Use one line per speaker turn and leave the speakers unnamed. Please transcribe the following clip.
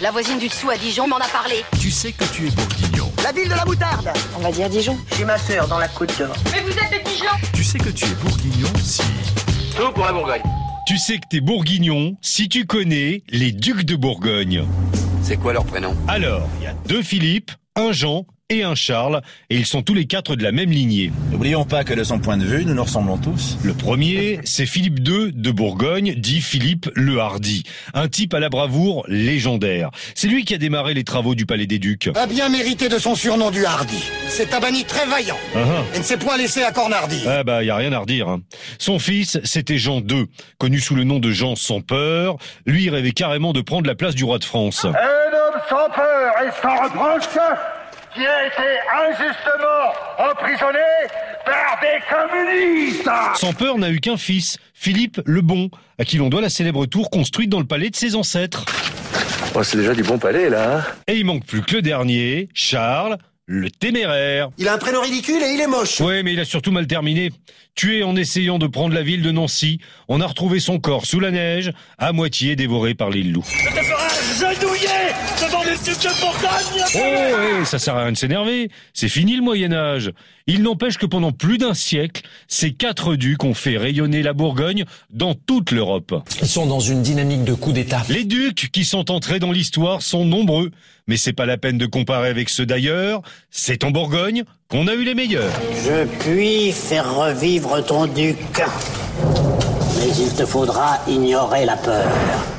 La voisine du dessous à Dijon m'en a parlé.
Tu sais que tu es bourguignon.
La ville de la moutarde
On va dire Dijon.
Chez ma sœur, dans la Côte d'Or.
Mais vous êtes de Dijon
Tu sais que tu es bourguignon si...
Tout pour la Bourgogne.
Tu sais que t'es bourguignon si tu connais les ducs de Bourgogne.
C'est quoi leur prénom
Alors, il y a deux Philippe, un Jean et un Charles, et ils sont tous les quatre de la même lignée.
N'oublions pas que de son point de vue, nous nous ressemblons tous.
Le premier, c'est Philippe II de Bourgogne, dit Philippe le Hardi, un type à la bravoure légendaire. C'est lui qui a démarré les travaux du Palais des Ducs.
A bien mérité de son surnom du Hardy. C'est un banni très vaillant
Ah ah.
et ne s'est point laissé à cornardir.
Ah bah, y a rien à redire. hein. Son fils, c'était Jean II, connu sous le nom de Jean sans peur. Lui, il rêvait carrément de prendre la place du roi de France.
Un homme sans peur et sans reproche qui a été injustement emprisonné par des communistes.
Sans peur n'a eu qu'un fils, Philippe le Bon, à qui l'on doit la célèbre tour construite dans le palais de ses ancêtres.
Oh, c'est déjà du bon palais, là. hein
Et il manque plus que le dernier, Charles, le téméraire.
Il a un prénom ridicule et il est moche.
Ouais, mais il a surtout mal terminé. Tué en essayant de prendre la ville de Nancy, on a retrouvé son corps sous la neige, à moitié dévoré par les loups.
Je te ferai genouiller devant les ducs de
Oh,
Bourgogne.
ouais, ça sert à rien de s'énerver. C'est fini le Moyen-Âge. Il n'empêche que pendant plus d'un siècle, ces quatre ducs ont fait rayonner la Bourgogne dans toute l'Europe.
Ils sont dans une dynamique de coup d'État.
Les ducs qui sont entrés dans l'histoire sont nombreux, mais c'est pas la peine de comparer avec ceux d'ailleurs. C'est en Bourgogne qu'on a eu les meilleurs.
Je puis faire revivre ton duc. Mais il te faudra ignorer la peur.